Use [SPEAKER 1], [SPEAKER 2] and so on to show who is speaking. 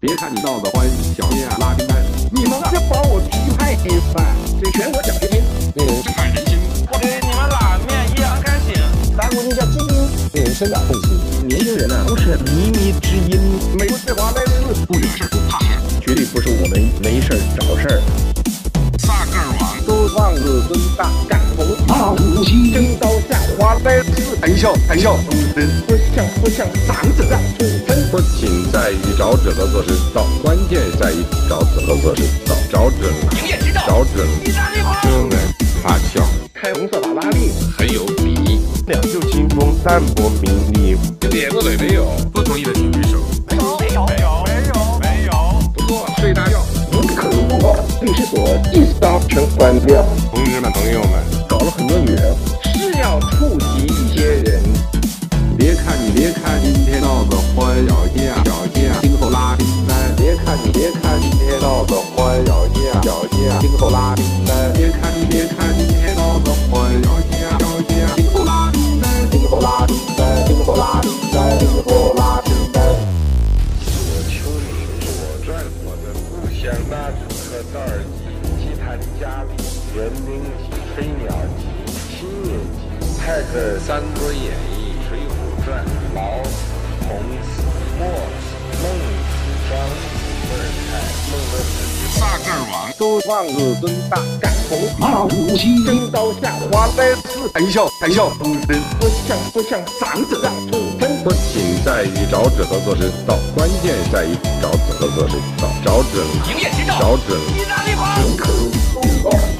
[SPEAKER 1] 别看你闹得欢，小心啊拉冰单。
[SPEAKER 2] 你们这把我批判一番，这全国奖学金，
[SPEAKER 3] 内容
[SPEAKER 1] 震撼人心，
[SPEAKER 4] 我给你们拉面依然开心。
[SPEAKER 2] 咱国就叫精英。
[SPEAKER 3] 内容深感痛心，
[SPEAKER 2] 年轻人呢、都是靡靡之音，
[SPEAKER 1] 美国最华莱士，不惹事不怕事。
[SPEAKER 2] 绝对不是我们没事儿找事儿，
[SPEAKER 1] 撒个网，
[SPEAKER 2] 都妄自尊大，敢红傲骨，真刀下花来是
[SPEAKER 1] 谈笑谈笑风生。
[SPEAKER 2] 不像不像长者让出分。
[SPEAKER 5] 不仅在于找准了做实到，关键在于找准了做实到，找准了，找准了，
[SPEAKER 1] 真能发笑，
[SPEAKER 2] 开红色法拉利，
[SPEAKER 1] 很有比例。
[SPEAKER 3] 两袖清风，淡泊名利，
[SPEAKER 5] 点子里没有，
[SPEAKER 1] 不同意的请举手。
[SPEAKER 4] 没有没有没有没有没有。
[SPEAKER 5] 不错，睡大觉。
[SPEAKER 2] 无可不报。律师所一招全关掉，
[SPEAKER 3] 同志们、朋友们，
[SPEAKER 2] 搞了很多女人，是要触及一些人。
[SPEAKER 1] 别看你别看今天闹得欢，小心啊小心啊，今后拉冰单。别看你别看今天闹得欢，小心啊小心啊，今后拉冰单。别看你别看今天闹得欢，小心啊小心啊，今后拉冰单，今后拉冰单，今后拉冰单，今后拉冰单。
[SPEAKER 5] 我求你左转我的故乡纳什克道尔基、基坦加里、园丁集、飞鸟集、七面集、泰戈尔《三国演义》《水浒传》老子、孔子、墨子、孟子、庄子、伏尔泰、孟德斯鸠。
[SPEAKER 1] 撒个网，
[SPEAKER 2] 都妄自尊大，敢红傲骨，真刀下花来是
[SPEAKER 1] 谈笑谈笑风生。
[SPEAKER 2] 不像不像长者让出分。
[SPEAKER 5] 不仅在于找准了做实到，关键在于找准了做实到，找准了，找准了，
[SPEAKER 4] 营业执照
[SPEAKER 5] 找准了。
[SPEAKER 4] 意大利跑。
[SPEAKER 2] 无可不报。